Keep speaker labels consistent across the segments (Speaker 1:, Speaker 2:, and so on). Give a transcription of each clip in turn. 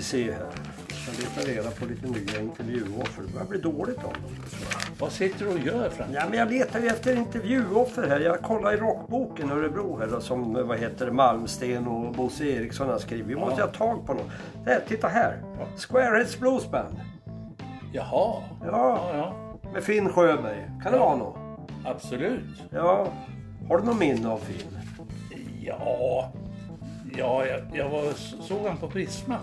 Speaker 1: se här.
Speaker 2: Jag letar reda på lite nya intervjuoffer. Det börjar bli dåligt av dem. tror jag.
Speaker 1: Vad sitter du och gör Frank?
Speaker 2: Ja, men jag letar ju efter intervjuoffer här. Jag kollar i rockboken Örebro här då, som eh, vad heter det, Malmsten och Bosse Eriksson har skrivit. Vi måste
Speaker 1: Ja.
Speaker 2: ha tag på någon. Där, titta här! Squareheads Blues Band.
Speaker 1: Jaha.
Speaker 2: Ja,
Speaker 1: Ja, ja.
Speaker 2: med Finn Sjöberg. Kan det vara någon?
Speaker 1: Absolut.
Speaker 2: Ja. Har du någon minne av Finn?
Speaker 1: Ja, ja jag, jag var, såg han på Prisma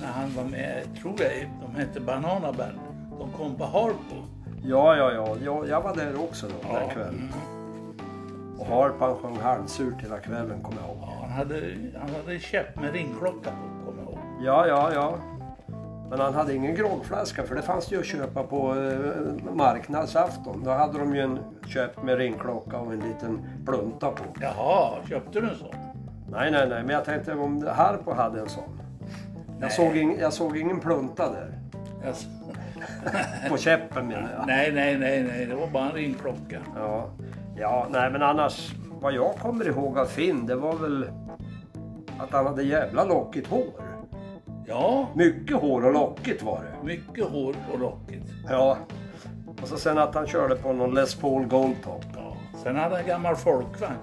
Speaker 1: när han var med, tror jag, de hette Banana Band. De kom på Harpo.
Speaker 2: Ja, ja, ja. Jag, jag var där också då, den kvällen. Och Harpan sjöng halvsurt hela kvällen, kommer jag ihåg.
Speaker 1: Ja, han hade, han hade käpp med ringklocka på, kommer jag ihåg.
Speaker 2: Ja, ja, ja. Men han hade ingen groggflaska för det fanns det ju att köpa på eh, marknadsafton. Då hade de ju en köp med ringklocka och en liten plunta på.
Speaker 1: Jaha, köpte du en sån?
Speaker 2: Nej, nej, nej, men jag tänkte om Harpo hade en sån. Jag såg, ing, jag såg ingen plunta där.
Speaker 1: Jag s-
Speaker 2: På käppen menar jag.
Speaker 1: nej, nej, nej, nej, det var bara en ringklocka.
Speaker 2: Ja. ja, nej men annars vad jag kommer ihåg av Finn det var väl att han hade jävla lockigt hår.
Speaker 1: Ja,
Speaker 2: Mycket hår och lockigt var det.
Speaker 1: mycket hår och lockigt.
Speaker 2: Ja. Och så sen att han körde på någon Les Paul Goldtop.
Speaker 1: Ja. Sen hade han en gammal folkvagn.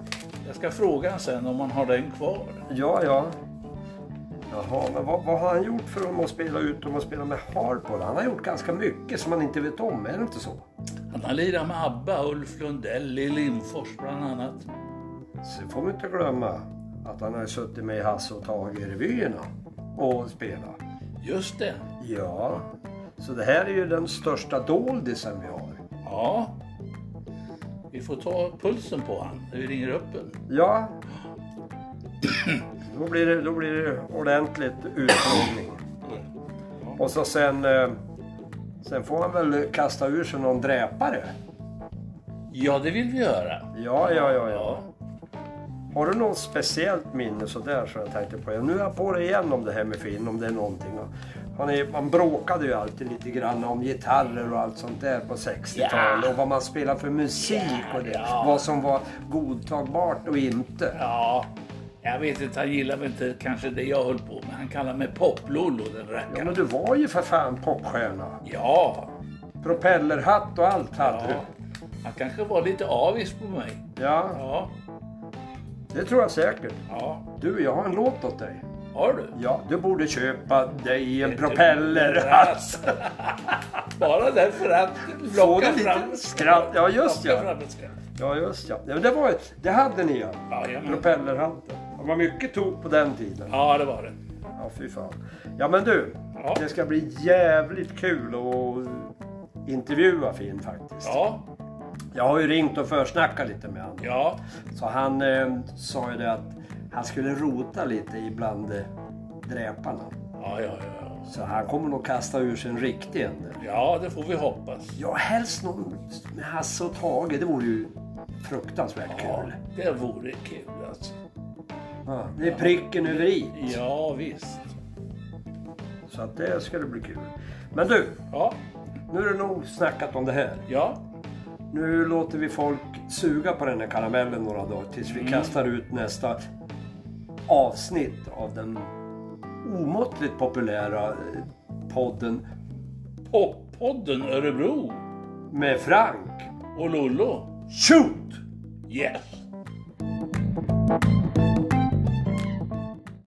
Speaker 1: Jag ska fråga han sen om han har den kvar.
Speaker 2: Ja, ja. Jaha, men vad, vad har han gjort för att spela ut och att spela med harpor? Han har gjort ganska mycket som man inte vet om, är det inte så?
Speaker 1: Han har lirat med ABBA, Ulf Lundell, Lill Lindfors bland annat.
Speaker 2: Så får vi inte glömma att han har ju suttit med i Hasse och Tage i revyerna och spelat.
Speaker 1: Just det.
Speaker 2: Ja, så det här är ju den största doldisen vi har.
Speaker 1: Ja. Vi får ta pulsen på han när vi ringer upp en.
Speaker 2: Ja, då blir det, då blir det ordentligt utfrågning. Och så sen, eh, sen får han väl kasta ur sig någon dräpare.
Speaker 1: Ja, det vill vi göra.
Speaker 2: Ja, ja, ja, ja.
Speaker 1: Ja.
Speaker 2: Har du något speciellt minne sådär som jag tänkte på? Nu är jag på det igen om det här med Finn, om det är någonting. Han är, man bråkade ju alltid lite grann om gitarrer och allt sånt där på 60-talet
Speaker 1: Ja.
Speaker 2: och vad man spelade för musik och det. Vad som var godtagbart och inte.
Speaker 1: Ja. Jag vet inte, han gillar väl inte kanske det jag höll på med. Han kallar mig Poplollo, den
Speaker 2: Ja,
Speaker 1: rackaren.
Speaker 2: men du var ju för fan popstjärna.
Speaker 1: Ja.
Speaker 2: Propellerhatt och allt hade
Speaker 1: ja. Han kanske var lite avis på mig.
Speaker 2: du. Ja,
Speaker 1: Ja.
Speaker 2: det tror jag säkert.
Speaker 1: Ja.
Speaker 2: Du, jag har en låt åt dig.
Speaker 1: Har du?
Speaker 2: Ja, du borde köpa dig en propellerhatt.
Speaker 1: Bara därför att
Speaker 2: alltså. Får
Speaker 1: locka
Speaker 2: du
Speaker 1: fram...
Speaker 2: lite skratt? Ja, just
Speaker 1: Locka
Speaker 2: ja.
Speaker 1: fram ett skratt.
Speaker 2: Ja, just ja. ja men det, var, det hade ni ja.
Speaker 1: Jajamän.
Speaker 2: Propellerhatten. Det var mycket tok på den tiden.
Speaker 1: Ja, det var det.
Speaker 2: Ja, fy fan. Ja, men du.
Speaker 1: Ja.
Speaker 2: Det ska bli jävligt kul att intervjua Finn faktiskt.
Speaker 1: Ja,
Speaker 2: Jag har ju ringt och försnackat lite med honom.
Speaker 1: ja,
Speaker 2: Så han eh, sa ju det att han skulle rota lite ibland eh, dräparna.
Speaker 1: ja, ja, ja.
Speaker 2: Så han kommer nog kasta ur sig en riktig en där.
Speaker 1: Ja, det får vi hoppas.
Speaker 2: Ja, helst någon med Hasse och Tage. Det vore ju fruktansvärt
Speaker 1: Ja,
Speaker 2: kul.
Speaker 1: det vore kul alltså.
Speaker 2: Ja, det är pricken över i.
Speaker 1: Ja, visst.
Speaker 2: Så att det ska det bli kul. Men du,
Speaker 1: Ja,
Speaker 2: nu är det nog snackat om det här.
Speaker 1: ja,
Speaker 2: Nu låter vi folk suga på den här karamellen några dagar tills vi kastar ut nästa avsnitt av den omåttligt populära eh, podden
Speaker 1: poppodden Örebro
Speaker 2: med Frank.
Speaker 1: och Lollo.
Speaker 2: Shoot!
Speaker 1: Yes!